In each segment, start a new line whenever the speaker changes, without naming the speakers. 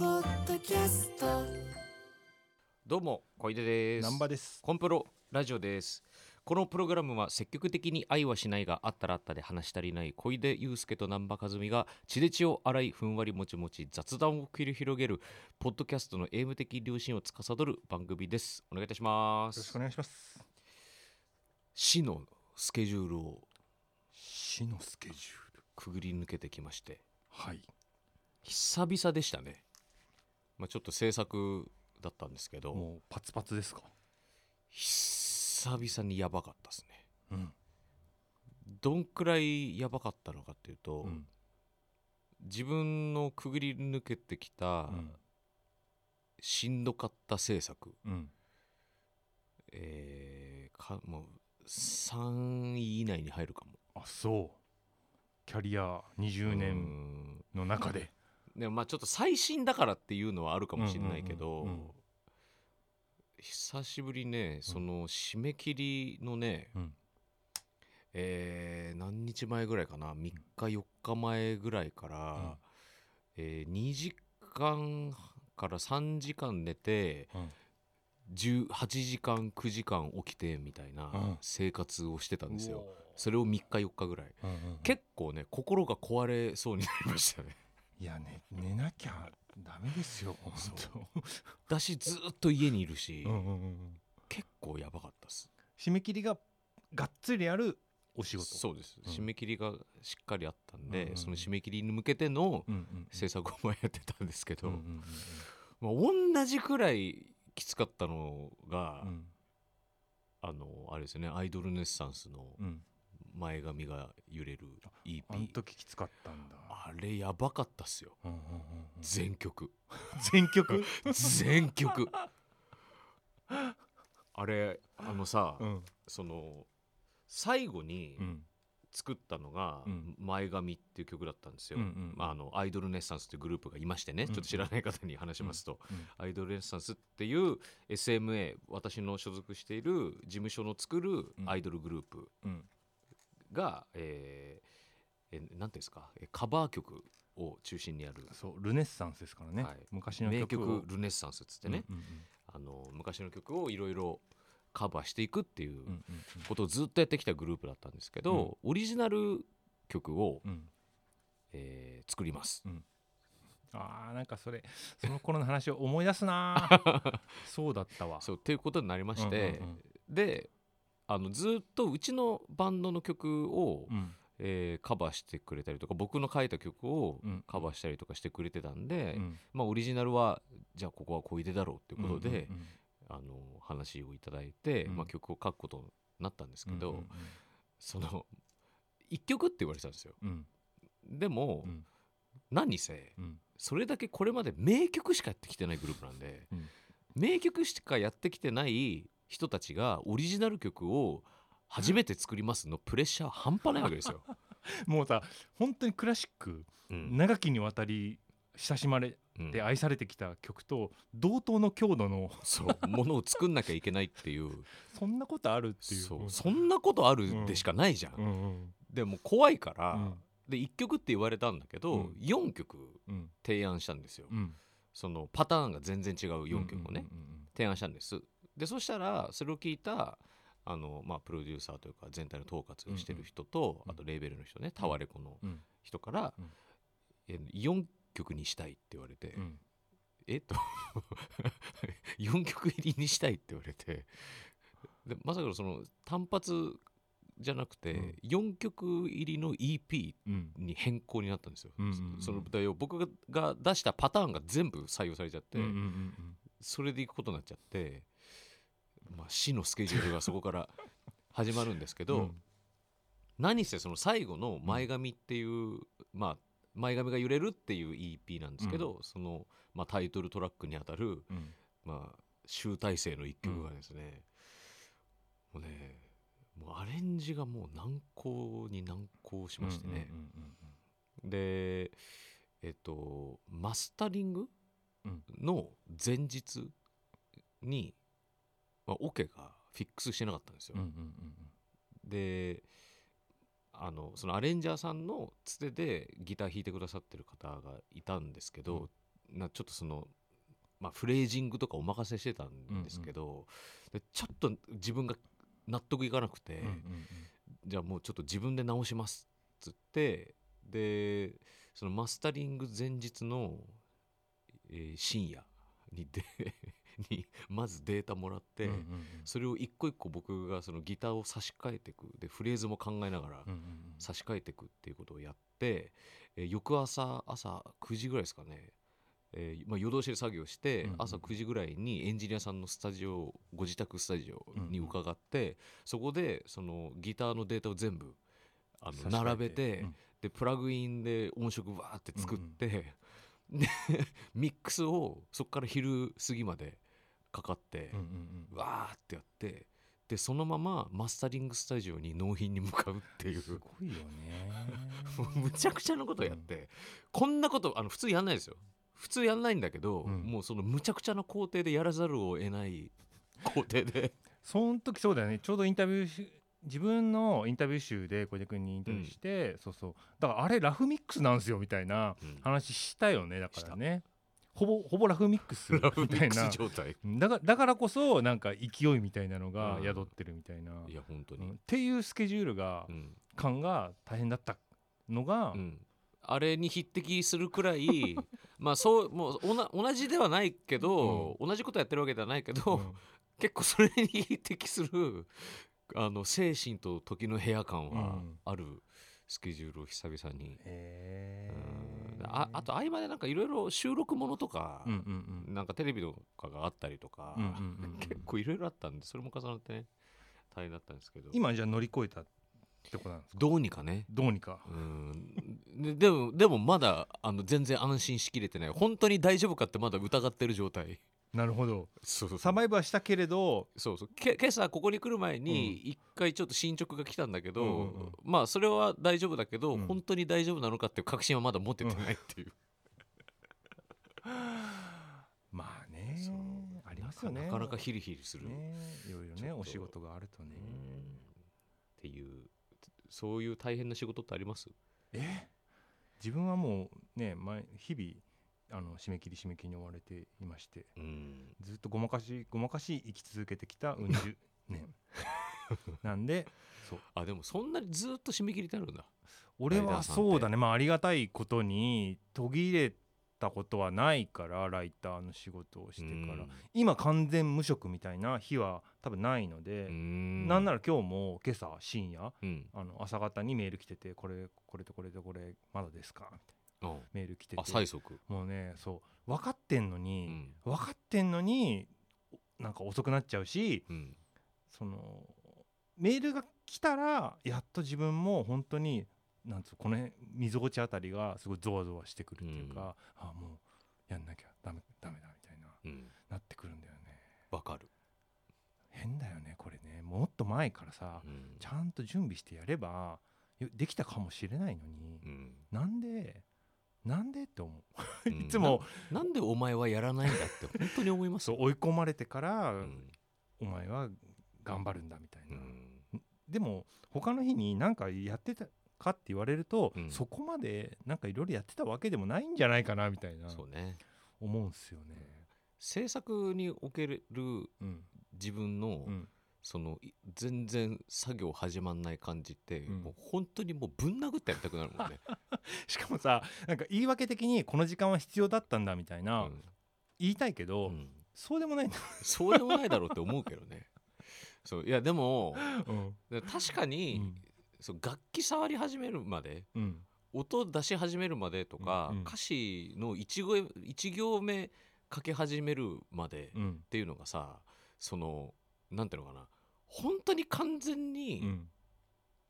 キャスト
どうも小出です
難波です
コンプロラジオですこのプログラムは積極的に愛はしないがあったらあったで話したりない小出祐介と難波和美が血で血を洗いふんわりもちもち雑談を繰り広げるポッドキャストのエーム的良心を司る番組ですお願いいたしま
よろし
す
くお願いします
市のスケジュールを
死のスケジュール
くぐり抜けてきまして
はい
久々でしたねまあちょっと制作だったんですけど
もうパツパツですか
久々にやばかったですね
うん、
どんくらいやばかったのかっていうと、
うん
自分のくぐり抜けてきた
うん
しんどかった制作、
うん、
えーかもう3位以内に入るかも
あそうキャリア20年の中で
うんでもまあちょっと最新だからっていうのはあるかもしれないけど、
うんうんうんうん
久しぶりねその締め切りのね、
うん
えー何日前ぐらいかな3日4日前ぐらいから、
うん
えー2時間から3時間寝て
うん
18時間9時間起きてみたい
うん
な生活をしてたんですよ、それを3日4日ぐらい
うんうんうん
結構ね心が壊れそうになりましたね
いやね寝なきゃダメですよ本
だしずーっと家にいるし、
当うんうんうんうん
結構やばかったっす
締め切りががっつりあるお仕事
そうです、
うん
締め切りがしっかりあったんで、
うんうんうん
その締め切りに向けての
うんうんうん
制作を前やってたんですけど、
うんうん
まあ、同じくらいきつかったのが、
うんうん
あのあれですねアイドルネッサンスの
うん
前髪が揺れる EP
あの時きつかったんだ
あれやばかったっすよ
うんうんうんうん
全曲
全曲
全 曲あれあのさ、
うん
その最後に
うん
作ったのが
うん
「前髪」っていう曲だったんですよ、
うんうん
まあ、あのアイドルネッサンスっていうグループがいましてね、
ん
ちょっと知らない方に話しますと、
うん
アイドルレッサンスっていう SMA 私の所属している事務所の作る
うん
アイドルグループ
うん
が、えーえーなんていうんですかえーカバー曲を中心にやる
そうルネッサンスですからね、
はい
昔の
名
曲を
曲「ルネッサンス」っつってね、
うんうんうん
あの昔の曲をいろいろカバーしていくっていう
うんうん
ことをずっとやってきたグループだったんですけど、オリジナル曲を、
うんうん
えー作ります。
あーなんかそれその頃の話を思い出すな ーそうだったわ
そうっていうことになりまして、
うんうん
であのずっとうちのバンドの曲を、
うん
えーカバーしてくれたりとか僕の書いた曲を
うん
カバーしたりとかしてくれてたんで、
うん
まあ、オリジナルはじゃあここは小出だろうっていうことで、
うんうん
あの話をいただいて、
うん
まあ、曲を書くことになったんですけど、
うん
その1曲って言われてたんですよ。
うん
でも、
うん
何せ
うん
それだけこれまで名曲しかやってきてないグループなんで、
うん
名曲しかやってきてない人たちがオリジナル曲を初めて作りますのプレッシャー半端ないわけ ですよ。
もうさ本当にクラシック
うん
長きにわたり親しまれ
うん
て愛されてきた曲と同等の強度の
そうものを作んなきゃいけないっていう
そんなことあるっていう
そううんそんなことあるでしかないじゃん、
うんうん
でも怖いから、
うん
で1曲って言われたんだけど、
うん
4曲
うん
提案したんですよ、
うん
そのパターンが全然違う4曲をね、
うんうん
提案したんですでそしたらそれを聞いたあの、まあ、プロデューサーというか全体の統括をしてる人と、
うんうん
あとレーベルの人ねタワレコの
うん
人から、
うん
え4曲にしたいって言われて、
うんうん
えっと 4曲入りにしたいって言われてでまさかのその単発じゃなく
う
て
ん
4曲入りの EP
うん
に変更になったんですよ、
うんうんうん
その舞台を僕がが出したパターンが全部採用されちゃって、
うんうんうん
それでいくことになっちゃって、まあ、死のスケジュールがそこ から始まるんですけど、
うん
何せその最後の「前髪」っていう、まあ前髪が揺れるっていう EP なんですけど、その、まあ、タイトルトラックにあたる、
うん
まあ、集大成の一曲がですね、もうねもうアレンジがもう難航に難航しましてね、
うんうんうんうん
でえっとマスタリング
うん
の前日に、まあ、オケがフィックスしてなかったんですよ、
うんうんうん
であのそのアレンジャーさんのつてでギター弾いてくださってる方がいたんですけど、なちょっとそのまあ、フレージングとかお任せしてたんですけど、でちょっと自分が納得いかなくて、
うんうん
じゃあもうちょっと自分で直しますっつってでそのマスタリング前日の、えー深夜にで にまずデータもらって、
うんうんうん
それを一個一個僕がそのギターを差し替えていくでフレーズも考えながら
うんうんうん
差し替えていくっていうことをやって、えー翌朝朝9時ぐらいですかね、えーまあ、夜通しで作業して、
うんうん
朝9時ぐらいにエンジニアさんのスタジオご自宅スタジオに伺って、そこでそのギターのデータを全部あ
差し
の
替え
並べて、
うん
でプラグインで音色わーって作って、で ミックスをそこから昼過ぎまでかかって。
うんうんうん
わーってやってでそのままマスタリングスタジオに納品に向かうっていう
すごいよね
も うむちゃくちゃなことやって、こんなことあの普通やんないですよ普通やんないんだけど、
うん
もうそのむちゃくちゃな工程でやらざるを得ない工程で
その時そうだよねちょうどインタビューし自分のインタビュー集で小出君にインタビューして、そうそうだからあれラフミックスなんですよみたいな
うん
話したよねだからねほぼほぼラフミックス
ラブミ
みた
ッ
い
ク
な
ス状 態
うんだからだからこそなんか勢いみたいなのが
うん
宿ってるみたいな、
いや本当
うんっ
に、
ていうスケジュールが、
うん
感が大変だったのが、
うんあれに匹敵するくら いまあそうもうおな同じではないけど、同じことやってるわけではないけど、
うん
結構それに匹敵するあの精神と時の部屋感
う
は
ん
あるスケジュールを久々に、
へ
うん
ー
ああと合間でなんかいろいろ収録ものとか、
うんうん
なんかテレビとかがあったりとか、
うんうんうんうん
結構いろいろあったんでそれも重なってね大変だったんですけど
今じゃあ乗り越えたってことなんですか
どうにかね
どうにか
うんででもでもまだあの全然安心しきれてない本当に大丈夫かってまだ疑ってる状態
なるほど
そうそうそう
サバイブはしたけれど
そうそうけ今朝ここに来る前に一回ちょっと進捗が来たんだけど、
うんうんうん
まあそれは大丈夫だけど、
うん
本当に大丈夫なのかっていう確信はまだ持ててないっていう、
まあね
そう
ありますよね
なかなかヒリヒリする、
ねいろいろ
ち
ね
ょっと
お仕事があるとね
うんっていうそういう大変な仕事ってあります
え自分はもうね毎日々あの締め切り締め切りに追われていまして
うん
ずっとごまかしごまかし生き続けてきたうん十 年なんで
あでもそんなにずっと締め切りってあるんだ
俺
ライダー
は
さんって
そうだねまあありがたいことに途切れたことはないからライターの仕事をしてから、今完全無職みたいな日は多分ないので、なんな
ら、
ら今日も今朝深夜
うん、
あの朝方にメール来ててこれこれとこれとこれまだですかみたい
あ
なメール来て
あ催
て
促、
もうねそう分かってんの
う
に、
ん
分かってんのにおなんか遅くなっちゃうし
うん
そのメールが来たらやっと自分も本当になんつうこの辺溝落ちあたりがすごいゾワゾワしてくるっていうか、あもうやんなきゃダメダメだみたいな
うん、
なってくるんだよね
わかる、
変だよねこれねもっと前からさ
うん
ちゃんと準備してやればよできたかもしれないのに、
うん
なんでなんでって思う
うん
いつも
ななんでお前はやらないんだって本当に思います
そう追い込まれてから、
うん
お前は頑張るんだみたいな、
うん
でも他の日に何かやってたかって言われると、
うん
そこまでなんかいろいろやってたわけでもないんじゃないかなみたいな
そうね
思うんすよね。
制作における
うん
自分の、
うん
そのい全然作業始まんない感じって、
うん
もう本当にもうぶん殴ってやりたくなるもん ね、
しかもさなんか言い訳的にこの時間は必要だったんだみたいうな、
ん
言いたいけ
う
ど、
ん
そうでもないんだ、
そうでもないだろうって思うけどね そういやでも
うん
確かに、そう楽器触り始めるまで
うん
音出し始めるまでとか、
うんうん
歌詞の一行一行目書き始めるまで、
う
っ
ん
ていうのがさそのなんていうのかな本当に完全に、
うん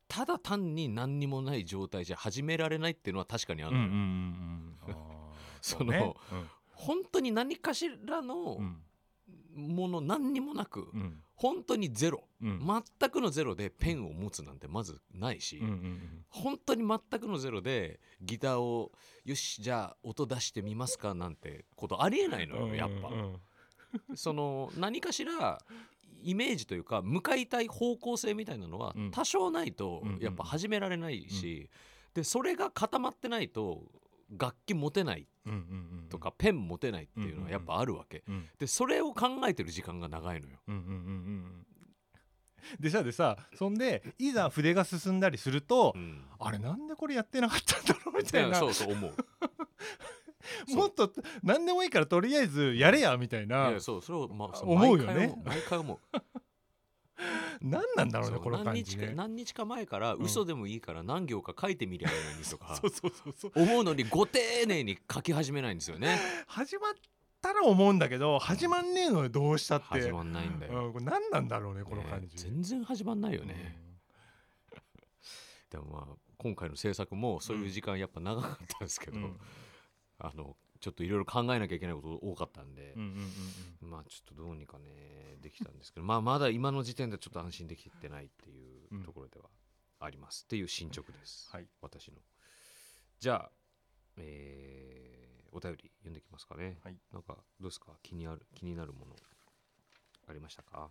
ただ単に何にもない状態じゃ始められないっていうのは確かにあ
う
る
んう
の
ん
よ、
うんうんあー
そう
ね
の本当に何かしらの
うん
もの何にもなく、
うん
本当にゼロ、
うん
全くのゼロでペンを持つなんてまずないし、
うんうんうん
本当に全くのゼロでギターをよしじゃあ音出してみますかなんてことありえないのよやっぱ、
うんうん
その何かしらイメージというか向かいたい方向性みたいなのは
うん
多少ないと
うんうん
やっぱ始められないし、でそれが固まってないと楽器持てないっ
うんうんうん
とかペン持てないっていうのはやっぱあるわけ
うん
でそれを考えてる時間が長いのよ
うんうんうんうん でさでさそんでいざ筆が進んだりすると、
うん
あれなんでこれやってなかったんだろうみたいな
そうそう思うそう
もっと何でもいいからとりあえずやれやみたい
い
な
やそうそれをまあそう
思う
毎
よ
回
ね
思毎回思う
何 なんだろうね
そう
この感
何
じ
日
ね
か。何日か前から
うん
嘘でもいいから何行か書いてみりゃいいのにとか
そうそうそうそう
思うのにご丁寧に書き始めないんですよね
始まったら思うんだけど始まんねえのよどうしたって
始まんないんだよ
うん、これ何なんだろうねこの感
ね
じ。
全然始まんないよねでもまあ今回の制作もそういう時間やっぱ長かったんですけ
うん。
ど
うん
あのちょっといろいろ考えなきゃいけないこと多かったんで
うんうんうん
まあちょっとどうにかねできたんですけどまあまだ今の時点でちょっと安心できてないっていうところではありますっていう進捗です、
はい
私のじゃあえーお便り読んできますかね、
はい
なんかどうですか気にある気になるものありましたか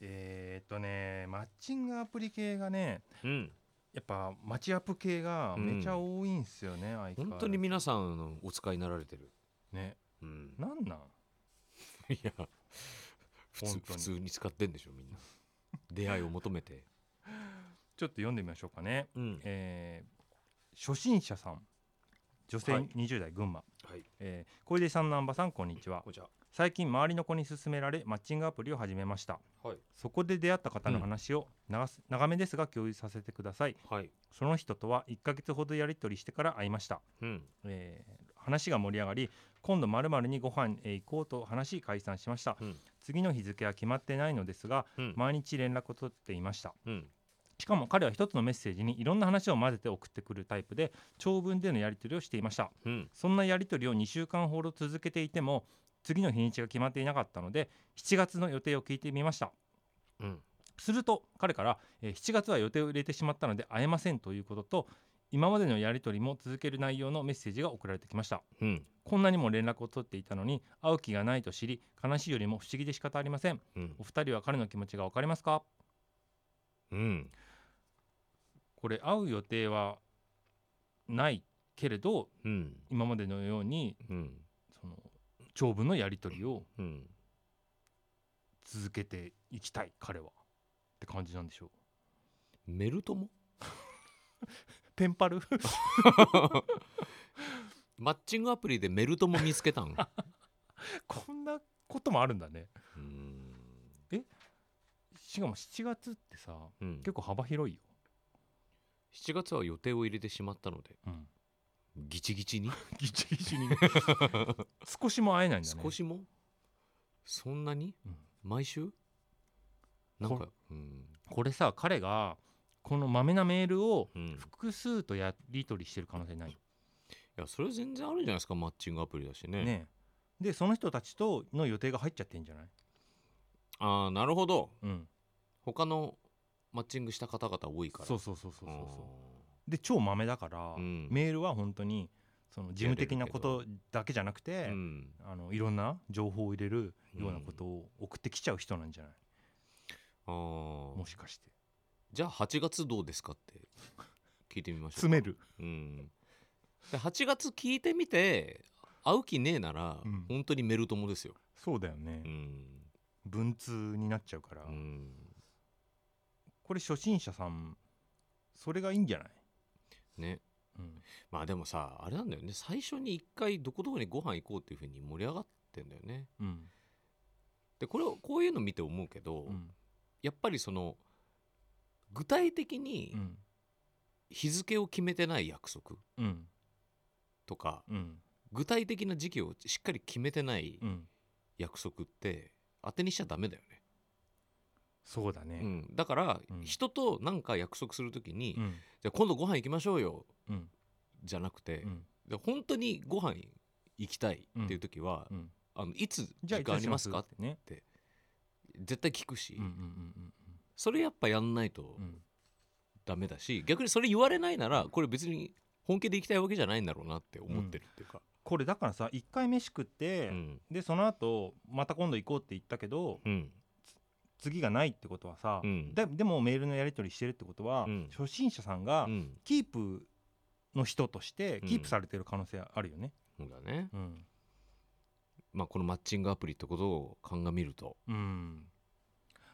えーっとねマッチングアプリ系がね
うん
やっぱマチアップ系がめちゃ多いんすよね、相変わ
本
らず
当に皆さんのお使いになられてる
ね
うん
なんなん
いや普通
本当
普
に
通に使ってんでしょみんな出会いを求めて
ちょっと読んでみましょうかね、
うん
えー初心者さん女性
はい
20代群馬、
はい
えー小出さん南波さんこんにちは
こちら
最近周りの子に勧められマッチングアプリを始めました
はい
そこで出会った方の話を長す、長めですが共有させてください
はい
その人とは1ヶ月ほどやり取りしてから会いました
うん
えー話が盛り上がり今度まるにご飯へ行こうと話し解散しました、
うん
次の日付は決まってないのですが
うん
毎日連絡を取っていました
うん
しかも彼は一つのメッセージにいろんな話を混ぜて送ってくるタイプで長文でのやり取りをしていました
うん
そんなやり取りを2週間ほど続けていても次の日にちが決まっていなかったので7月の予定を聞いてみました
うん
すると彼から、えー7月は予定を入れてしまったので会えませんということと今までのやり取りも続ける内容のメッセージが送られてきました
うん
こんなにも連絡を取っていたのに会う気がないと知り悲しいよりも不思議で仕方ありません
うん
お二人は彼の気持ちが分かりますか
うん
これ会う予定はないけれど
うん
今までのように
うん
その長文のやり取りを
うん
続けていきたい彼はって感じなんでしょう
メルトも
ペンパル
マッチングアプリでメルトも見つけたん
こんなこともあるんだね
うん
しかも7月ってさ
うん
結構幅広いよ、
7月は予定を入れてしまったので
うん、
ギチギチに
ギチギチ にね少しも会えないんだね
少しもそんなに
うん
毎週なんか
こ
うん
これさ彼がこのまめなメールを
うん
複数とやり取りしてる可能性ない
いやそれ全然あるじゃないですかマッチングアプリだしね
ねえでその人たちとの予定が入っちゃってんじゃない
ああなるほど
うん
他のマッチングした方々多いから
そううそうそうそうそうそうで超まめだから、
うん
メールは本当にその事務的なことだけじゃなくて、
ん、
あのいろんな情報を入れるような
うん
ことを送ってきちゃう人なんじゃない、
あー
もしかして
じゃあ8月どうですかって聞いてみましょうか
詰める
うん、で8月聞いてみて会う気ねえなら、
うん
本当にメル友ですよ、
そうだよね、
うん
文通になっちゃうから、
うん
これ初心者さんそれがいいんじゃない、
ね、
うん、
まあでもさあれなんだよね最初に一回どこどこにご飯行こうっていうふうに盛り上がってんだよね
うん
でこれをこういうの見て思うけど、
うん
やっぱりその具体的に
うん
日付を決めてない約束
うん
とか
うん
具体的な時期をしっかり決めてない
うん
約束って当てにしちゃダメだよね
そうだね、
うん、だから、
うん
人となんか約束するときに、
う
じ
ん
ゃあ今度ご飯行きましょうよ
うん
じゃなくて
う、ん
で本当にご飯行きたいっていうときは、
うん
あのいつ
じゃあ
時間ありますか
いつにしってね
絶対聞くし、
うんうんうん
それやっぱやんないと
うんうん
ダメだし逆にそれ言われないならこれ別に本気で行きたいわけじゃないんだろうなって思ってるっていうか。
これだからさ一回飯食って、
うん
でその後また今度行こうって言ったけど
うん
次がないってことはさ、
うん
ででもメールのやり取りしてるってことは、
うん
初心者さんが
うん
キープの人として
うん
キープされてる可能性あるよね、
そうだね、
うん
まあ、このマッチングアプリってことを鑑みると、
うん、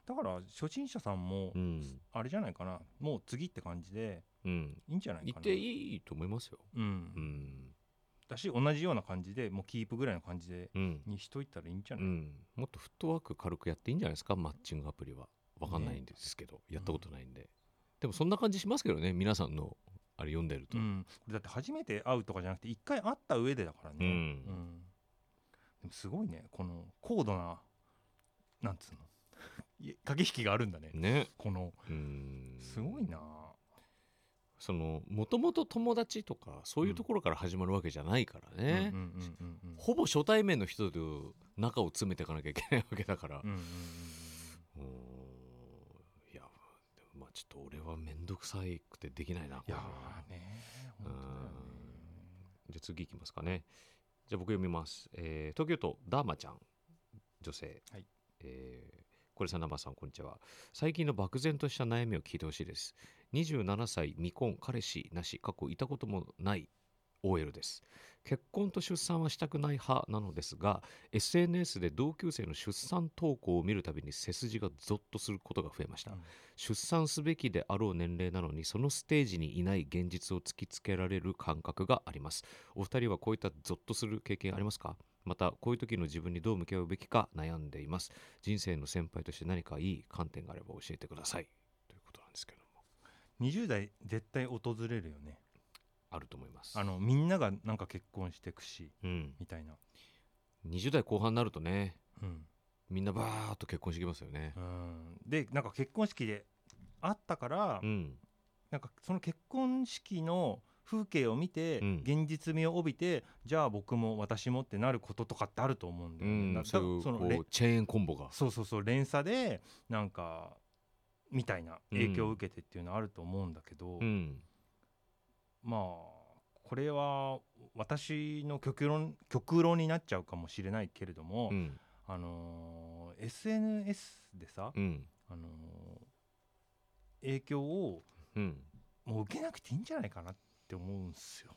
だから初心者さんも
うん
あれじゃないかなもう次って感じで
うん、
いいんじゃない
言
か
っ
な
ていいと思いますよ。
うん
うん
だし同じような感じでもうキープぐらいの感じで
うん
にしといたらいいんじゃ
う
ない、
ん、もっとフットワーク軽くやっていいんじゃないですかマッチングアプリはわかんないんですけど、やったことないんで、でもそんな感じしますけどね皆さんのあれ読んでると、
うんこれだって初めて会うとかじゃなくて一回会った上でだからね、
うん
んでもすごいねこの高度ななんつうのいえ駆け引きがあるんだね
ね
この
うん
すごいな
そのもともと友達とかそういうところから始まるわけじゃないからね、
うんうんうんうんうん
ほぼ初対面の人と仲を詰めていかなきゃいけないわけだから、
うんうんうん
うーんいやでもまあちょっと俺は面倒くさいくてできないなこ
い
れ
や
は
ーね本当だよね
じゃあ次いきますかね。じゃあ僕読みます。えー東京都ダーマちゃん、女性。
はい
えーこれさなばさん、こんにちは。最近の漠然とした悩みを聞いてほしいです。27歳、未婚、彼氏なし、過去いたこともない OL です。結婚と出産はしたくない派なのですが、SNS で同級生の出産投稿を見るたびに背筋がゾッとすることが増えました。出産すべきであろう年齢なのにそのステージにいない現実を突きつけられる感覚がありますお二人はこういったゾッとする経験ありますかまたこういう時の自分にどう向き合うべきか悩んでいます人生の先輩として何かいい観点があれば教えてくださいということなんですけども
うん20代絶対訪れるよね
あると思います
あのみんながなんか結婚してくし
うん、
みたいな
20代後半になるとね
うん
みんなバーッと結婚してきますよね
うんでなんか結婚式で会ったから、
うん
なんかその結婚式の風景を見て、
うん
現実味を帯びてじゃあ僕も私もってなることとかってあると思うんだ
う
よね。
ん
だ
そういう
だその
こ
れ
うチェーンコンボが
そうそうそう連鎖でなんかみたいな影響を受けてっていうのはあると思うんだけど、
うん
まあこれは私の極論極論になっちゃうかもしれないけれども、
うん
あのー SNS でさ、
うん
あのー影響を
うん
もう受けなくていいんじゃないかなって思うんすよ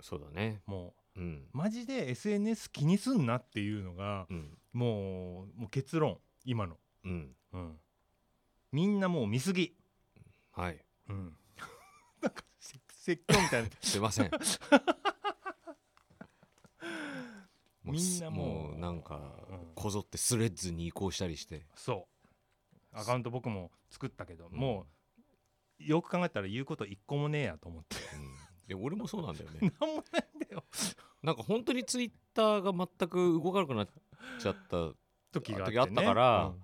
そうだね
も
うん
うマジで SNS 気にすんなっていうのが
うん
もうもう結論今の、
うん
うん、みんなもう見すぎ、
はい
うん、 なんかせ説教みたいな
すいませ んもう
みんなもう
もうなんか
うん
こぞってスレッズに移行したり して
そうアカウント僕も作ったけど、
うん
もうよく考えたら言うこと一個もねえやと思って
で俺もそうなんだよね
なんもないんだよ
なんか本当にツイッターが全く動かなくなっちゃった
時があって、ね、
時あったから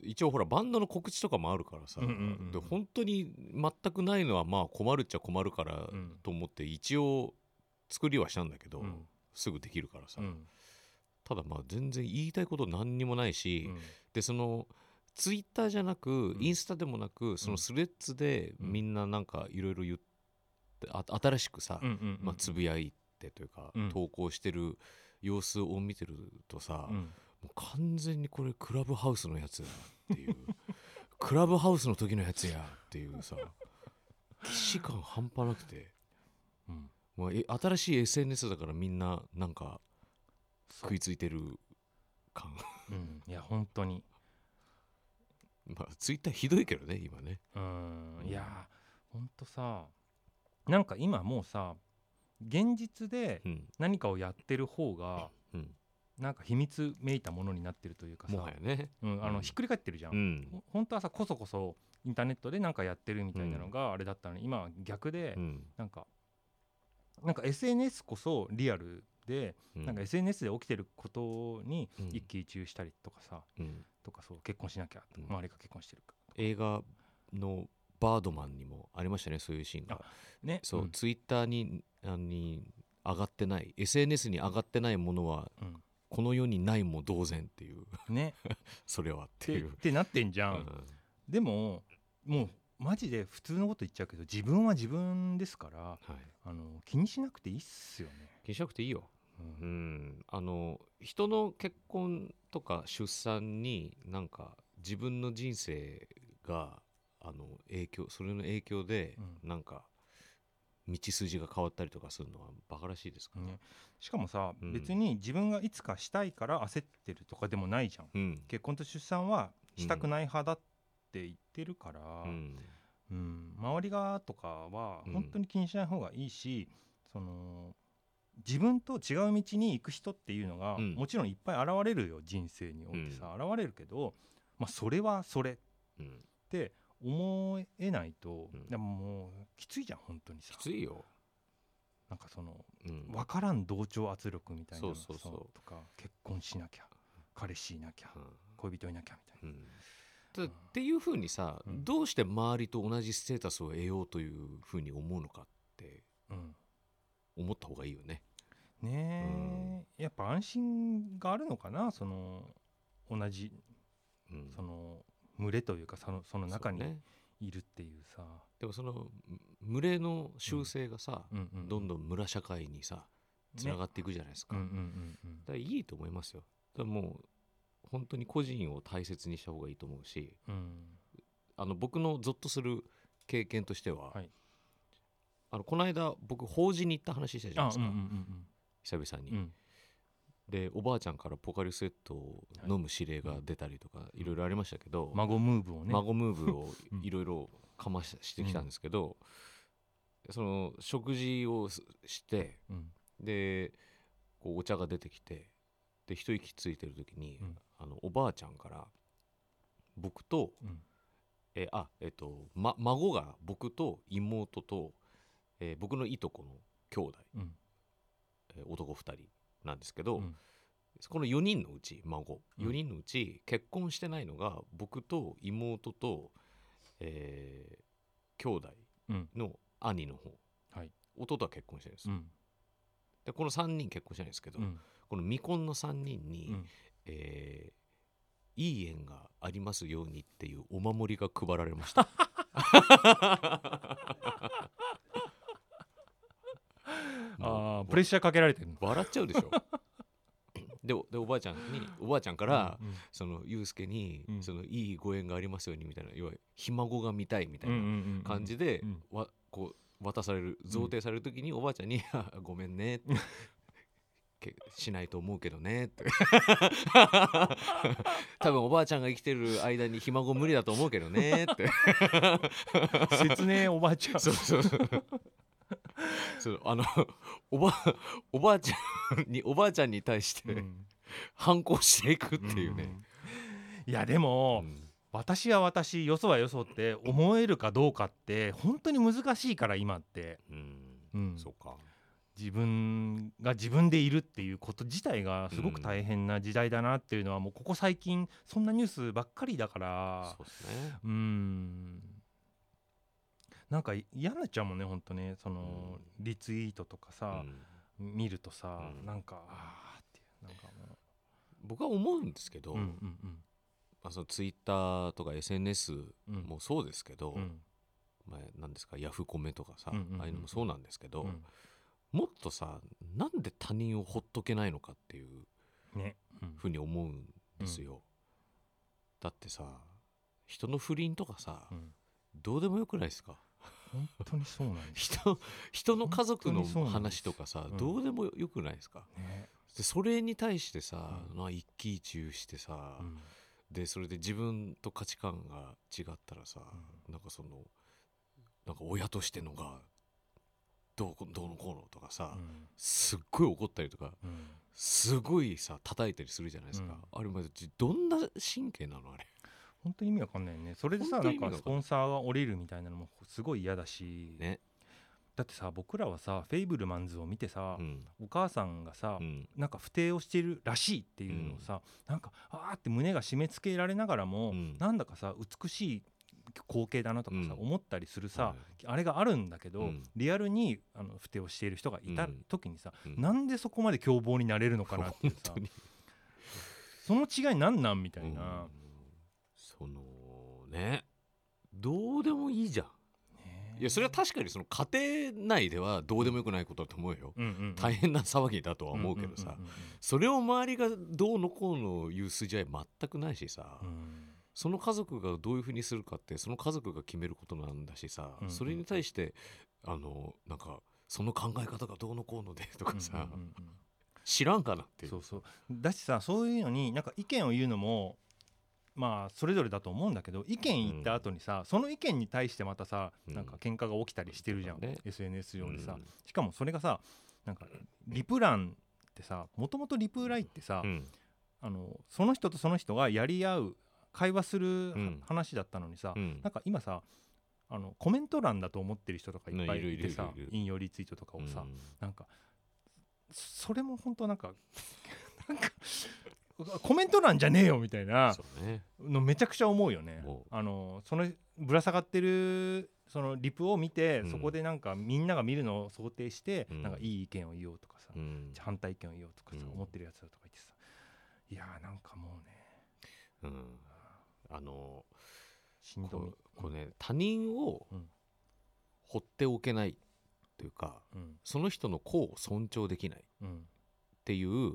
一応ほらバンドの告知とかもあるからさ、
うんうんうん
で本当に全くないのはまあ困るっちゃ困るから
うんうん
と思って一応作りはしたんだけど、
うん
すぐできるからさ、
うん
ただまあ全然言いたいこと何にもないし、
うん
でそのツイッターじゃなく、
ん
インスタでもなくそのスレッズで
うん
みんななんかいろいろ言ってあ新しくさ、
うんうんうん
まあ、つぶやいてというか、
うん
投稿してる様子を見てるとさ、
う
も
ん
う完全にこれクラブハウスのやつやっていう クラブハウスの時のやつやっていうさ既視感半端なくて、
うん
まあ、え新しい SNS だからみんななんか食いついてる感
うん、いや本当に
まあツイッターひどいけどね今ね。
うん
うん
いやー本当さなんか今もうさ現実で
うん
何かをやってる方が
うん
なんか秘密めいたものになってるというかさ
もはやね。
うん、あ
う
の
ん
ひっくり返ってるじゃん、
うん。
ほ本当はさこそこそインターネットで何かやってるみたいなのがあれだったのに、今は逆で
うん。
なんかなんか SNS こそリアルで、なんか SNS で起きてることに
うん
一喜一憂したりとかさ、
うん
とかそう結婚しなきゃ
う
とか
ん
周りが結婚してるか
映画のバードマンにもありましたね、そういうシーンが。
ね
そう、
ん
ツイッターにあに上がってない、SNS に上がってないものは、
うん
この世にないも同然っていう、
ね
それはっ
ってて
い
っ
う。
てなってんじゃ、
うんん
でももうマジで普通のこと言っちゃうけど自分は自分ですから
はい。
あの気にしなくていいっすよね、
気にしなくていいよ。
うん
うん。あの、人の結婚とか出産に、なんか、自分の人生が、あの、影響、それの影響で、
うん
なんか、道筋が変わったりとかするのはバカらしいですからね。
しかもさ、
うん
別に自分がいつかしたいから焦ってるとかでもないじゃん
うん
結婚と出産はしたくない派だって言ってるから、
うん
うん周りがとかは
うん
本当に気にしない方がいいし、その自分と違う道に行く人っていうのが、
うん
もちろんいっぱい現れるよ人生においてさ、現れるけど、まあ、それはそれっ
うん
て思えないと、
うん
でももうきついじゃん本当にさ
きついよ。
なんかその
うん
分からん同調圧力みたいなの
そうそうそう
のとか結婚しなきゃ彼氏いなきゃ
うん
恋人いなきゃみたいな。
うんただっていうふうにさ、
うん
どうして周りと同じステータスを得ようというふうに思うのかって
うん
思った方がいいよね。
ねえ、やっぱ安心があるのかなその同じ
うん
その群れというかそのその中
そう
に
ね
いるっていうさ
でもその群れの習性がさ、
うんうん
どんどん村社会にさつなが
っ
っていくじゃないです
う
か。
んうんうんうん
だからいいと思いますよ。だからもう本当に個人を大切にした方がいいと思うし
うん
あの僕のゾッとする経験としては、
はい
あのこの間僕法事に行った話したじゃない
あ
です
うん
か、
うん
久々
うん
に。
うんうん
でおばあちゃんからポカリスエットを飲む指令が出たりとか、い、ろいろありましたけど、
孫ムーブをね
孫ムーブ を
うん
いろいろかまししてきたんですけど、その食事をすして
うん
でこうお茶が出てきてで一息ついてる時に、
うん
あのおばあちゃんから僕と
うん
えーあえっ、と、ま、孫が僕と妹と、えー僕のいとこの兄弟、
うん
えー男2人なんですけど、
うん
この4人のうち孫
うん
4人のうち結婚してないのが僕と妹と、えー兄弟
うん
の兄の方
はい
弟は結婚してるんです、
うん
でこの3人結婚してないんですけど、
うん
この未婚の3人に、
うん
えーいい縁がありますようにっていうお守りが配られました。
あ
も
あ
う
プレッシャーかけられてるの
笑っちゃうでしょ でおでおばあちゃんにおばあちゃんから、
うん
そのユうスケに、
うん
そのいいご縁がありますようにみたいな要はひ孫が見たいみたい
うん
な
うんうんうん
感じで、
うん
わこう渡される贈呈される時におばあちゃんに「あごめん ね」って。けしないと思うけどねって多分おばあちゃんが生きてる間にひ孫無理だと思うけどねって
説明おばあちゃん
そうそうそうそうあのおばおばあちゃんにおばあちゃんに対して、
うん
反抗していくっていうね、
いやで
う
も
ん
私は私よそはよそって思えるかどうかって本当に難しいから今って、うん
そうか
自分が自分でいるっていうこと自体がすごく大変な時代だなっていうのはもうここ最近そんなニュースばっかりだから
そうですね
うんなんか嫌になっちゃうもんね本当ねそのリツイートとかさ、
うん
見るとさ、
うん
なんかあーっていうなんかも
僕は思うんですけど、
ううんうん
まあ、そのツイッターとか SNS
うんうん
もそうですけど、
うん
まあ、なんですかヤフコメとかさ、
うんうんうん
ああいうのもそうなんですけど、
うん
もっとさなんで他人をほっとけないのかっていう
ね、うん
ふうに思うんですよ、だってさ人の不倫とかさ、
うん
どうでもよくないですか
本当にそうなんです
人人の家族の
本当にそうなんです
話とかさ、
うん
どうでもよくないですか
ね、
でそれに対してさ、
う
まあ一喜一憂してさ、
うん
でそれで自分と価値観が違ったらさ、なんかそのなんか親としてのがどうこどうのこうのとかさ、すっごい怒ったりとか
うん
すごいさ叩いたりするじゃないですか、あれまでじどんな神経なのあれ
本当に意味わかんないよねそれで
本
さ
当
な
に
ん
意味わかん
か
ない
スポンサーが降りるみたいなのもすごい嫌だし、
ね
だってさ僕らはさフェイブルマンズを見てさ
う、ん
お母さんがさ、
うん
なんか不定をしているらしいっていうのをさ、なんかあーって胸が締め付けられながらも、
うん
なんだかさ美しい光景だなとかさ、
うん
思ったりするさ、
はい
あれがあるんだけど、
うん
リアルにあの不定をしている人がいた
うん
時にさ、
うん
なんでそこまで凶暴になれるのかなっていうさ
本当に
その違いなんなんみたい
うん
な、
そのねどうでもいいじゃん
ね
いやそれは確かにその家庭内ではどうでもよくないことだと思うよ、
うんうんうん
大変な騒ぎだとは思うけどさ、
んんうん
それを周りがどうのこうの言う筋合い全くないしさ、
うん
その家族がどういうふうにするかってその家族が決めることなんだしさ、
うん
それに対してあのなんかその考え方がどうのこうのでとかさ、
うんうんうんうん
知らんかなっていう
そうそうだしさそういうのになんか意見を言うのもまあそれぞれだと思うんだけど意見言った後にさ、その意見に対してまたさ、
うん
なんか喧嘩が起きたりしてるじゃん、
そうだね
SNS 上でさ、
うん
しかもそれがさなんかリプランってさもともとリプライってさ、
うん
あのその人とその人がやり合う会話するは
うん
話だったのにさ、
うん
なんか今さあのコメント欄だと思ってる人とかいっぱ
ねいるい
いい
る
てさ
いるいる
引用リツイートとかをさ、
うん
なんかそれも本当なんか なんかコメント欄じゃねえよみたいな
そうね
のめちゃくちゃ思うよね
思う。
あのそのぶら下がってるそのリプを見て、
うん
そこでなんかみんなが見るのを想定して、
うん
なんかいい意見を言おうとかさ、
うん
反対意見を言おうとかさ、
うん
思ってるやつだとか言ってさいやーなんかもうね
うんあの
しんどい
こうこうね他人を
うん
放っておけないというか
うん
その人の個を尊重できないっ
うん
ていう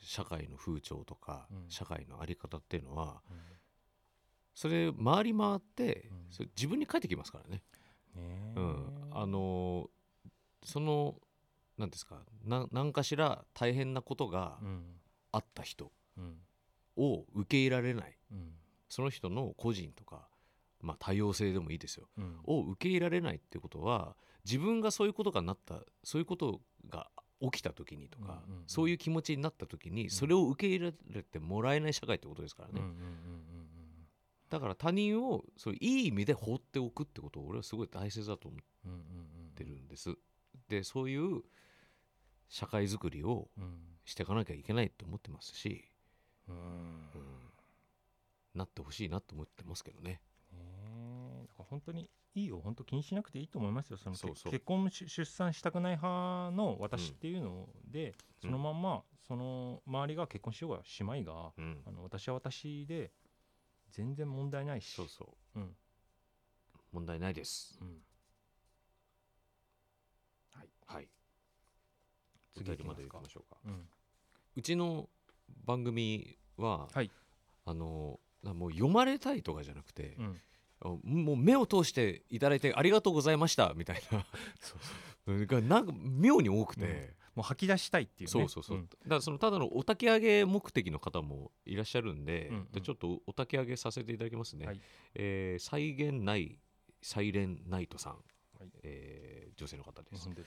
社会の風潮とか、
うん
社会の在り方っていうのは
う
それ回り回って、
うん
それ自分に返ってきますからね。
んね
う
え
ん、あのーその何ですかな何かしら大変なことが
うん
あった人
うん
を受け入れられない
うん
その人の個人とか、まあ、多様性でもいいですよ
うん
を受け入れられないってことは自分がそういうことがなったそういうことが起きた時にとか、
うんうんうん
そういう気持ちになった時にそれを受け入れられてもらえない社会ってことですからね、
うんうんうんうん
だから他人をそういい意味で放っておくってことを俺はすごい大切だと思う
うんうんうん
ってるんです。でそういう社会づくりを
うん
していかなきゃいけないと思ってますし、
うん
うん、なってほしいなと思ってますけどね。
ねえだから本当にいいよ本当気にしなくていいと思いますよその
そうそう
結婚し出産したくない派の私っていうので、
うん
そのまんまその周りが結婚しようがしまいが、
うん
あ、の私は私で全然問題ないし、
そうそう
ん
う問題ないです。
うん、
はい、はい、
次
お
行
便
き
りま
ま
です行き
か
ましょうか。
うん
うちの番組は、
はい
あのもう読まれたいとかじゃなくて
う、ん
もう目を通していただいてありがとうございましたみたい なが なんか妙に多くて。
うんもう吐き出したいっていうね
そうそうそう、
ん
だからそのただのお焚き上げ目的の方もいらっしゃるんで,、
うんうん
でちょっとお焚き上げさせていただきますね、
はい
えー再現ないサイレンナイトさん、
はい
えー女性の方です
踏、んでる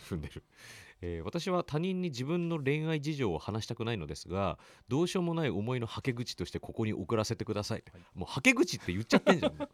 踏んでる、 えー私は他人に自分の恋愛事情を話したくないのですがどうしようもない思いのはけ口としてここに送らせてください、
はい
もうはけ口って言っちゃってんじゃんも う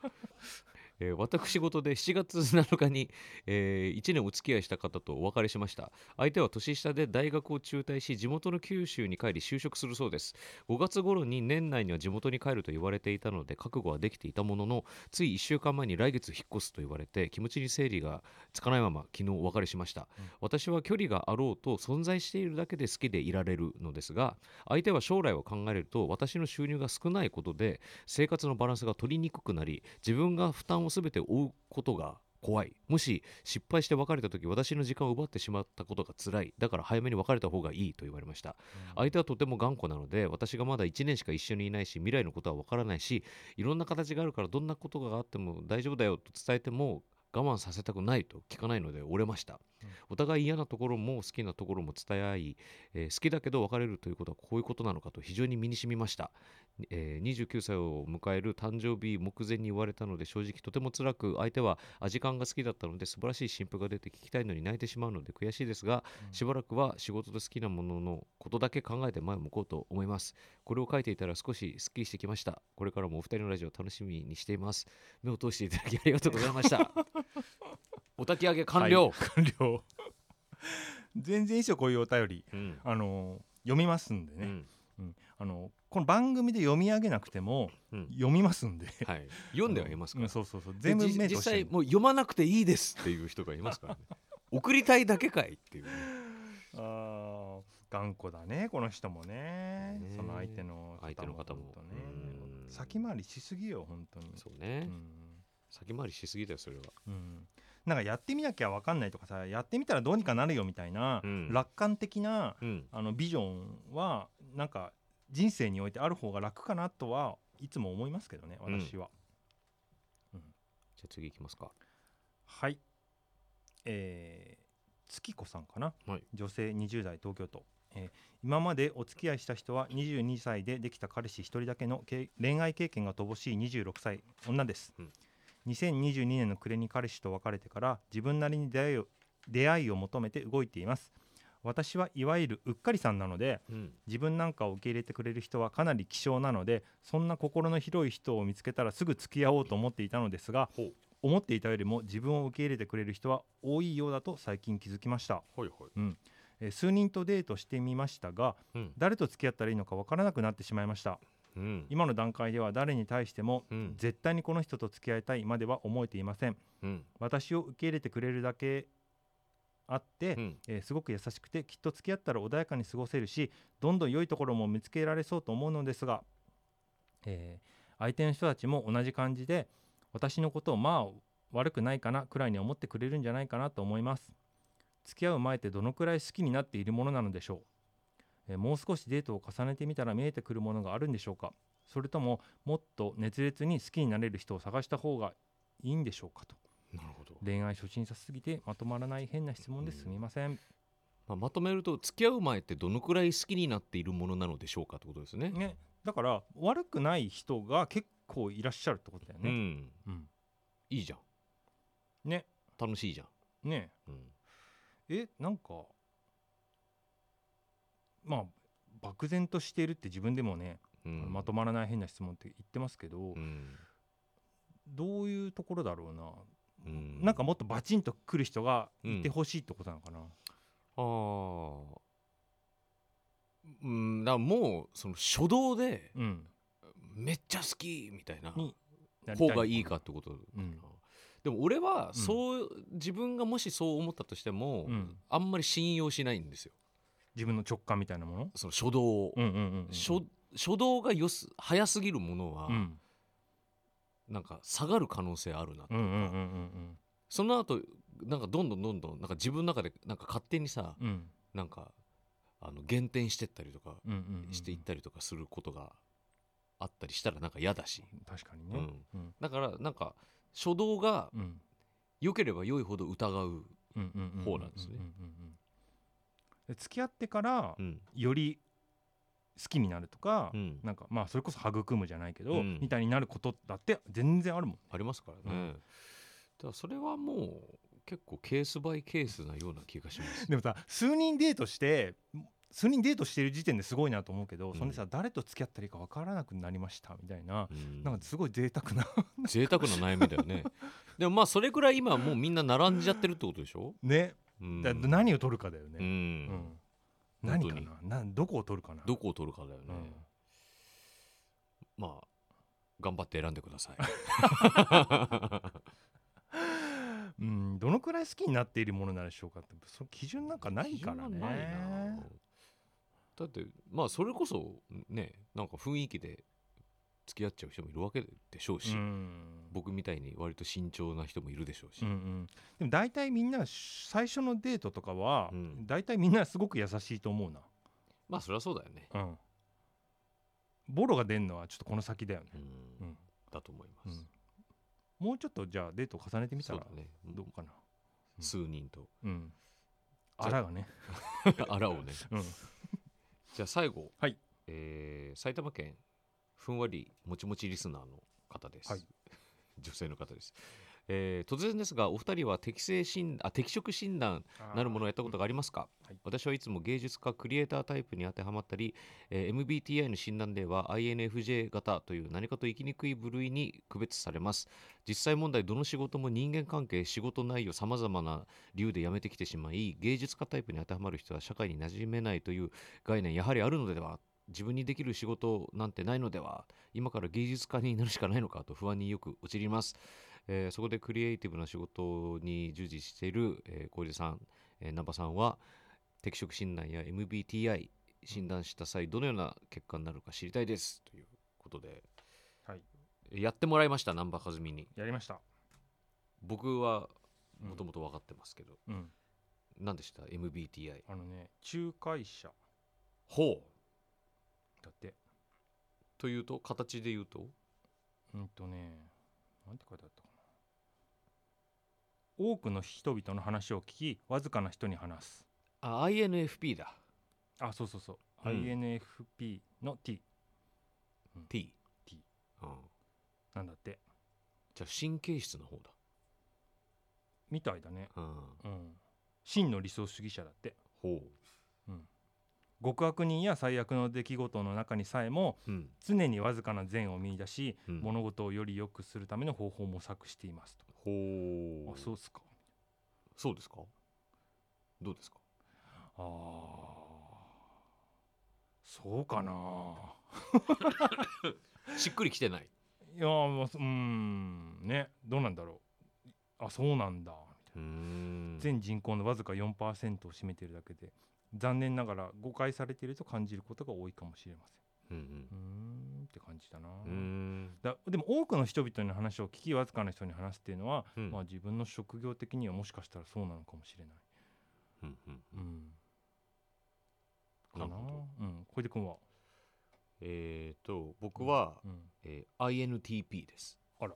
えー私事で7月7日に、え1年お付き合いした方とお別れしました相手は年下で大学を中退し地元の九州に帰り就職するそうです5月頃に年内には地元に帰ると言われていたので覚悟はできていたもののつい1週間前に来月引っ越すと言われて気持ちに整理がつかないまま昨日お別れしました、
うん
私は距離があろうと存在しているだけで好きでいられるのですが相手は将来を考えると私の収入が少ないことで生活のバランスが取りにくくなり自分が負担を全て負うことが怖いもし失敗して別れた時私の時間を奪ってしまったことが辛いだから早めに別れた方がいいと言われました相手はとても頑固なので私がまだ1年しか一緒にいないし未来のことは分からないしいろんな形があるからどんなことがあっても大丈夫だよと伝えても我慢させたくないと聞かないので折れました、
うん
お互い嫌なところも好きなところも伝え合い、えー好きだけど別れるということはこういうことなのかと非常に身に染みました、えー29歳を迎える誕生日目前に言われたので正直とても辛く相手は味感が好きだったので素晴らしい新婦が出て聞きたいのに泣いてしまうので悔しいですが
うん
しばらくは仕事で好きなもののことだけ考えて前を向こうと思います。これを書いていたら少しスッキリしてきました。これからもお二人のラジオ楽しみにしています。目を通していただきありがとうございました。 お焚き上げ完了、
はい完了全然いいですよこういうお便り
うん
あの読みますんで
う
ね、
ん
うんあのこの番組で読み上げなくても
うん
読みますんで
はい、読んではいますか
う
ら、
んそうそうそう全部
で
目
じ
通
実
して
際
る
もう読まなくていいですっていう人がいます からね送りたいだけかいっていうね、
あー頑固だねこの人もね
ね
その相手の
相手の方も
ほんと
うん
ね先回りしすぎよ本当に
そうね、
うん
先回りしすぎだよそれは、
うんなんかやってみなきゃ分かんないとかさやってみたらどうにかなるよみたいな、
うん
楽観的な
うん
あのビジョンはなんか人生においてある方が楽かなとはいつも思いますけどね
うん
私は、
じゃあ次いきますか
はいえー月子さんかな、
はい
女性20代東京都、えー今までお付き合いした人は22歳でできた彼氏1人だけのけ恋愛経験が乏しい26歳女です、
うん
2022年の暮れに彼氏と別れてから自分なりに出会いを出会いを求めて動いています私はいわゆるうっかりさんなので
うん
自分なんかを受け入れてくれる人はかなり希少なのでそんな心の広い人を見つけたらすぐ付き合おうと思っていたのですが
ほう
思っていたよりも自分を受け入れてくれる人は多いようだと最近気づきました、
はいはい
えー数人とデートしてみましたが
うん
誰と付き合ったらいいのかわからなくなってしまいました
うん
今の段階では誰に対しても
うん
絶対にこの人と付き合いたいまでは思えていません
うん
私を受け入れてくれるだけあって、
うん
えーすごく優しくてきっと付き合ったら穏やかに過ごせるしどんどん良いところも見つけられそうと思うのですが、えー相手の人たちも同じ感じで私のことをまあ悪くないかなくらいに思ってくれるんじゃないかなと思います付き合う前ってどのくらい好きになっているものなのでしょう、えーもう少しデートを重ねてみたら見えてくるものがあるんでしょうかそれとももっと熱烈に好きになれる人を探した方がいいんでしょうかと
なるほど
恋愛初心者すぎてまとまらない変な質問ですみません
まあ、まとめると付き合う前ってどのくらい好きになっているものなのでしょうかってことですね。
ね、だから悪くない人が結構いらっしゃるってことだよ
う
ね。
ん、
うん
いいじゃん
ね
楽しいじゃん。
ね
うん
えなんかまあ漠然としているって自分でもね、
うん、
まとまらない変な質問って言ってますけど、
うん
どういうところだろうな、
うん
なんかもっとバチンと来る人がいてほしいってことなのかな。
あーうんだからもうその初動で
うん
めっちゃ好きみたいな
になりた
方がいいかってこと
うん
でも俺は
うん
そう、自分がもしそう思ったとしても、
うん
あんまり信用しないんですよ
自分の直感みたいなもの、
その初動を、
うんうんうんうん、
初初動がよす早すぎるものは、
うん
なんか下がる可能性あるなって
うんうんうんうん
その後なんかどんどんどんどんなんか自分の中でなんか勝手にさ、
うんうん
なんかあの減点してったりとか
うんうんうん
していったりとかすることがあったりしたらなんか嫌だし、
確かに
う
ね。
ん
うん
だからなんか初動が
うん
良ければ良いほど疑う、方
方
なんですね。
うんうんうんで付き合ってから
うん
より好きになるとか、
うん
なんかまあそれこそ育むじゃないけど、
うん
みたいになることだって全然あるもん。
ありますからね、
うん
だからそれはもう結構ケースバイケースなような気がします
でもさ数人デートして数人デートしてる時点ですごいなと思うけど、
うん
そんでさ誰と付き合ったらいいか分からなくなりましたみたいな、
うん
なんかすごい贅沢な
贅沢な悩みだよねでもまあそれくらい今もうみんな並んじゃってるってことでしょ、
ね、
うん
だ何を取るかだよ
う
ね。うん
ん
何か
本
ななどこを取るかな
どこを取るかだよね、
うん
まあ頑張って選んでください
うん、どのくらい好きになっているものなんでしょうかってその基準なんかないから
基
ね
準はないなだってまあそれこそねなんか雰囲気で付き合っちゃう人もいるわけでしょうし、
うん
僕みたいに割と慎重な人もいるでしょうし、
うんうん、でも大体みんな最初のデートとかは、
うん
大体みんなすごく優しいと思うな、
まあそりゃそうだよね、
うん、ボロが出るのはちょっとこの先だよね、
うん
うん
だと思いま
う
す、
ん、もうちょっとじゃあデート重ねてみた
そう
ら
だね
どうかなうん
数人と
うん
じゃあ
あらがね、
あらをね
うん、
じゃあ最後、
はい
えー埼玉県ふんわりもちもちリスナーの方です、
はい
女性の方です、えー突然ですがお二人は適性診あ適職診断なるものをやったことがありますか、
はい
私はいつも芸術家クリエイタータイプに当てはまったり、えー MBTI の診断では INFJ 型という何かと生きにくい部類に区別されます実際問題どの仕事も人間関係仕事内容さまざまな理由で辞めてきてしまい芸術家タイプに当てはまる人は社会に馴染めないという概念やはりあるのでは自分にできる仕事なんてないのでは今から芸術家になるしかないのかと不安によく陥ります、えーそこでクリエイティブな仕事に従事している、えー、小出さん、えー、南波さんは適職診断や MBTI 診断した際どのような結果になるか知りたいですということで、
はい
やってもらいました南波和美に
やりました、
僕は
うん
もともと分かってますけど、
うん、
何でした MBTI
あのね仲介者
ほう
だって
というと形で言うと
うんとねなんて書いてあったかな多くの人々の話を聞きわずかな人に話す
あ INFP だ
あそうそうそう、
うん
INFP の T
T、
T
うん、
なんだって
じゃあ神経質の方だ、
みたいだね
うん、
うん真の理想主義者だって
ほ
極悪人や最悪の出来事の中にさえも
う、うん
常にわずかな善を見出し、
うん、
物事をより良くするための方法を模索していますと
ほう
あそうっすか
そうですかどうですか
あーそうかな
しっくりきてない、
いやーまあうーんねどうなんだろうあそうなんだみたいな
うん
全人口のわずか4%を占めているだけで残念ながら誤解されていると感じることが多いかもしれま
う
せ
ん
んうーんって感じだな
うんうん
だでも多くの人々の話を聞きわずかな人に話すっていうのは、
うん
まあ、自分の職業的にはもしかしたらそうなのかもしれない、
うんうん
うん、か
な
な
るほど
うん、小出君は、
えー、と僕は、
うん、
えー INTP です
あら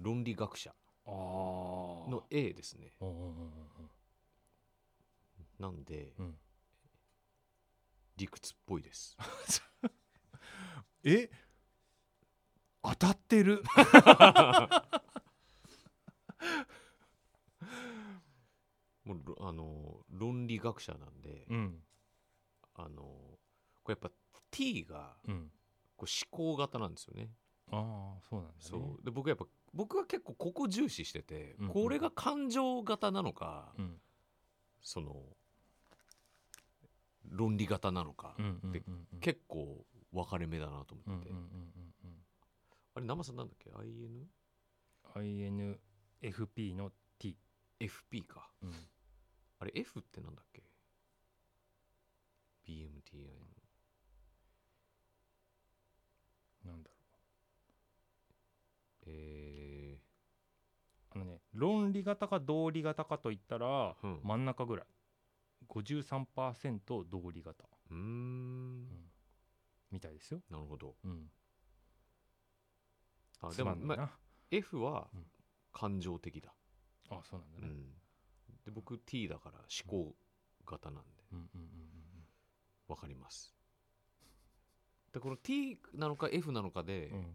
論理学者
あ
の A ですね
うんうんうんうん
なんで、
うん
理屈っぽい です
え当たってる
もうろあの論理学者なんで、
うん
あのこれやっぱ T が
うん
こう思考型なんですよね
ああそうなんだね
そうで僕やっぱ僕は結構ここ重視してて、
うんうん
これが感情型なのか、
うん
その論理型なのか、
うんうんうん
で
うん
結構分かれ目だなと
うん
思
うん
って、
うんうんうん
あれ生さんなんだっけ INFP
うん INFP の T、
か
うん、
あれ F ってなんだっけ ?BMTI
なんだろ
え
うあのね論理型か道理型かといったら、
うん
真ん中ぐらい53%道理型、
ー、うーん
うんみたいですよ、
なるほど
うん、
あ
つ
で
ま
も、
んない
まあ、
な
F は
うん
感情的だ、
あそうなんだ
う
ね、
ん、で僕 T だから思考型なんで
うん、うんうんうん
分かりますでこの T なのか F なのかで、
うんうん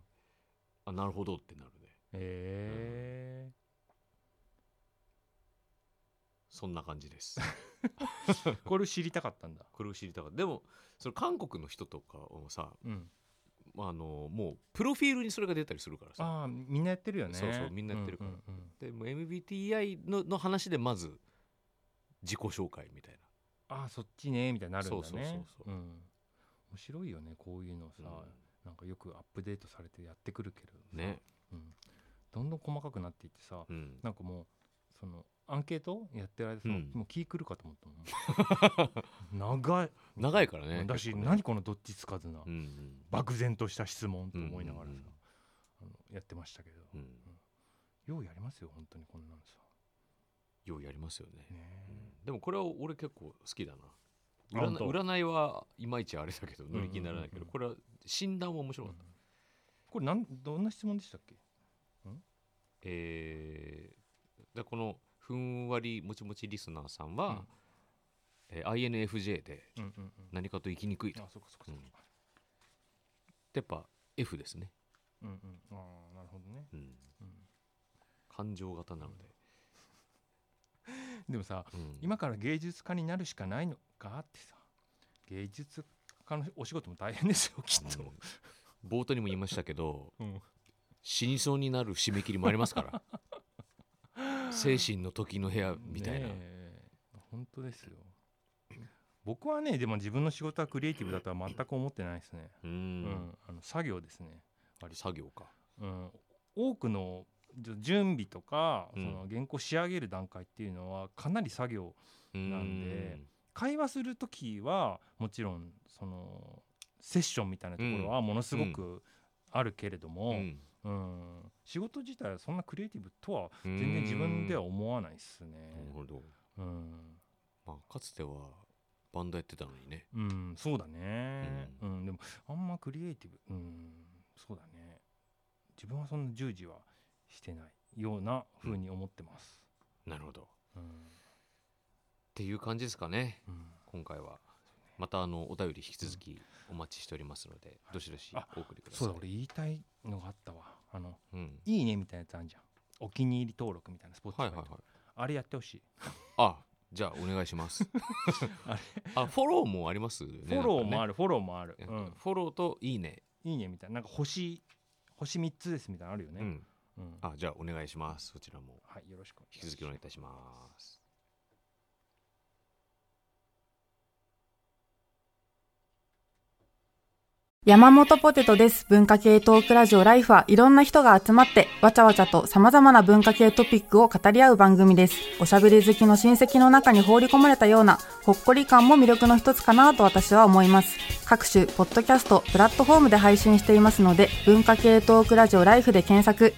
あなるほどってなるね
えー
そんな感じです
これ知りたかったんだ、
これを知りたかったでもその韓国の人とかもさ
うん、
まああのもうプロフィールにそれが出たりするからさ
ああみんなやってるよね
そうそうみんなやってるから
うんうんうん
でもう MBTI のの話でまず自己紹介みたいな
ああそっちねみたいになるんだね、
そうそうそうそうん
面白いよねこういうのさ、
う
なんかよくアップデートされてやってくるけどさ
んね、
うん、どんどん細かくなっていってさ、
うん、
なんかもうそのアンケートやってる間さ、
うん
もう気くるかと思ったも ん長い
長いからね
だし、
結構ね
何このどっちつかずな、
うんうん
漠然とした質問と思いなが
う
らさ、
んうんうん
あのやってましたけど、
うん
ようやりますよ本当にこんなのさ
ようやりますよね
ね
うんでもこれは俺結構好きだな
あ
占
本当
占いはいまいちあれだけど乗り気にならないけ
うんう
ど
んうん
これは診断は面白かった、
これなんどんな質問でしたっけ
えーでこのふんわりもちもちリスナーさんは、
うん
えー INFJ で
うんうんうん
何かと生きにくいと
あそっかそっかそっか
やっぱ F ですね、
うんうんああなるほどね、
うん
うん
感情型なので、
でもさ
うん
今から芸術家になるしかないのかってさ芸術家のお仕事も大変ですよきっと、
うん冒頭にも言いましたけど
うん
死にそうになる締め切りもありますから精神の時の部屋みたいな、
ねえ本当ですよ僕はねでも自分の仕事はクリエイティブだとは全く思ってないですね、
う
うん
ん
あの作業ですね割と、
作業か
うん、多くのじゅ準備とか、
うん
その原稿仕上げる段階っていうのはかなり作業なんで会話する時はもちろんそのセッションみたいなところはものすごくあるけれど
う
も、
ん
うん仕事自体はそんなクリエイティブとは
うん
全然自分では思わないです
なる
ね。
ほど、
うん
まあ、かつてはバンドやってたのにね
うん、そうだね、うんでもあんまクリエイティブ、うん、そうだね自分はそんな従事はしてないような風に思ってます、
うなるほどっ
うん
ていう感じですかね
うん
今回はまたあのお便り引き続きお待ちしておりますので、どしどし
あ
お送りくださ
そ
いう
だ俺言いたいのがあったわあの
うん
「いいね」みたいなやつあるじゃんお気に入り登録みたいなスポット
はいはいはい
あれやってほしい
あじゃあお願いします
あれ
あフォローもありますよね
フォローもあ
る、
るフォローもある
なん
う
かね
ん
フォローといいね
いいねみたいななんか星星3つですみたいなのあるよ
う
ね
ん
うん
あじゃあお願いしますそちらも
はいよろしくお願い
引
し
き続き
ます
お願いいたします
山本ポテトです。文化系トークラジオライフはいろんな人が集まってわちゃわちゃと様々な文化系トピックを語り合う番組です。おしゃべり好きの親戚の中に放り込まれたようなほっこり感も魅力の一つかなと私は思います。各種、ポッドキャスト、プラットフォームで配信していますので文化系トークラジオライフで検索、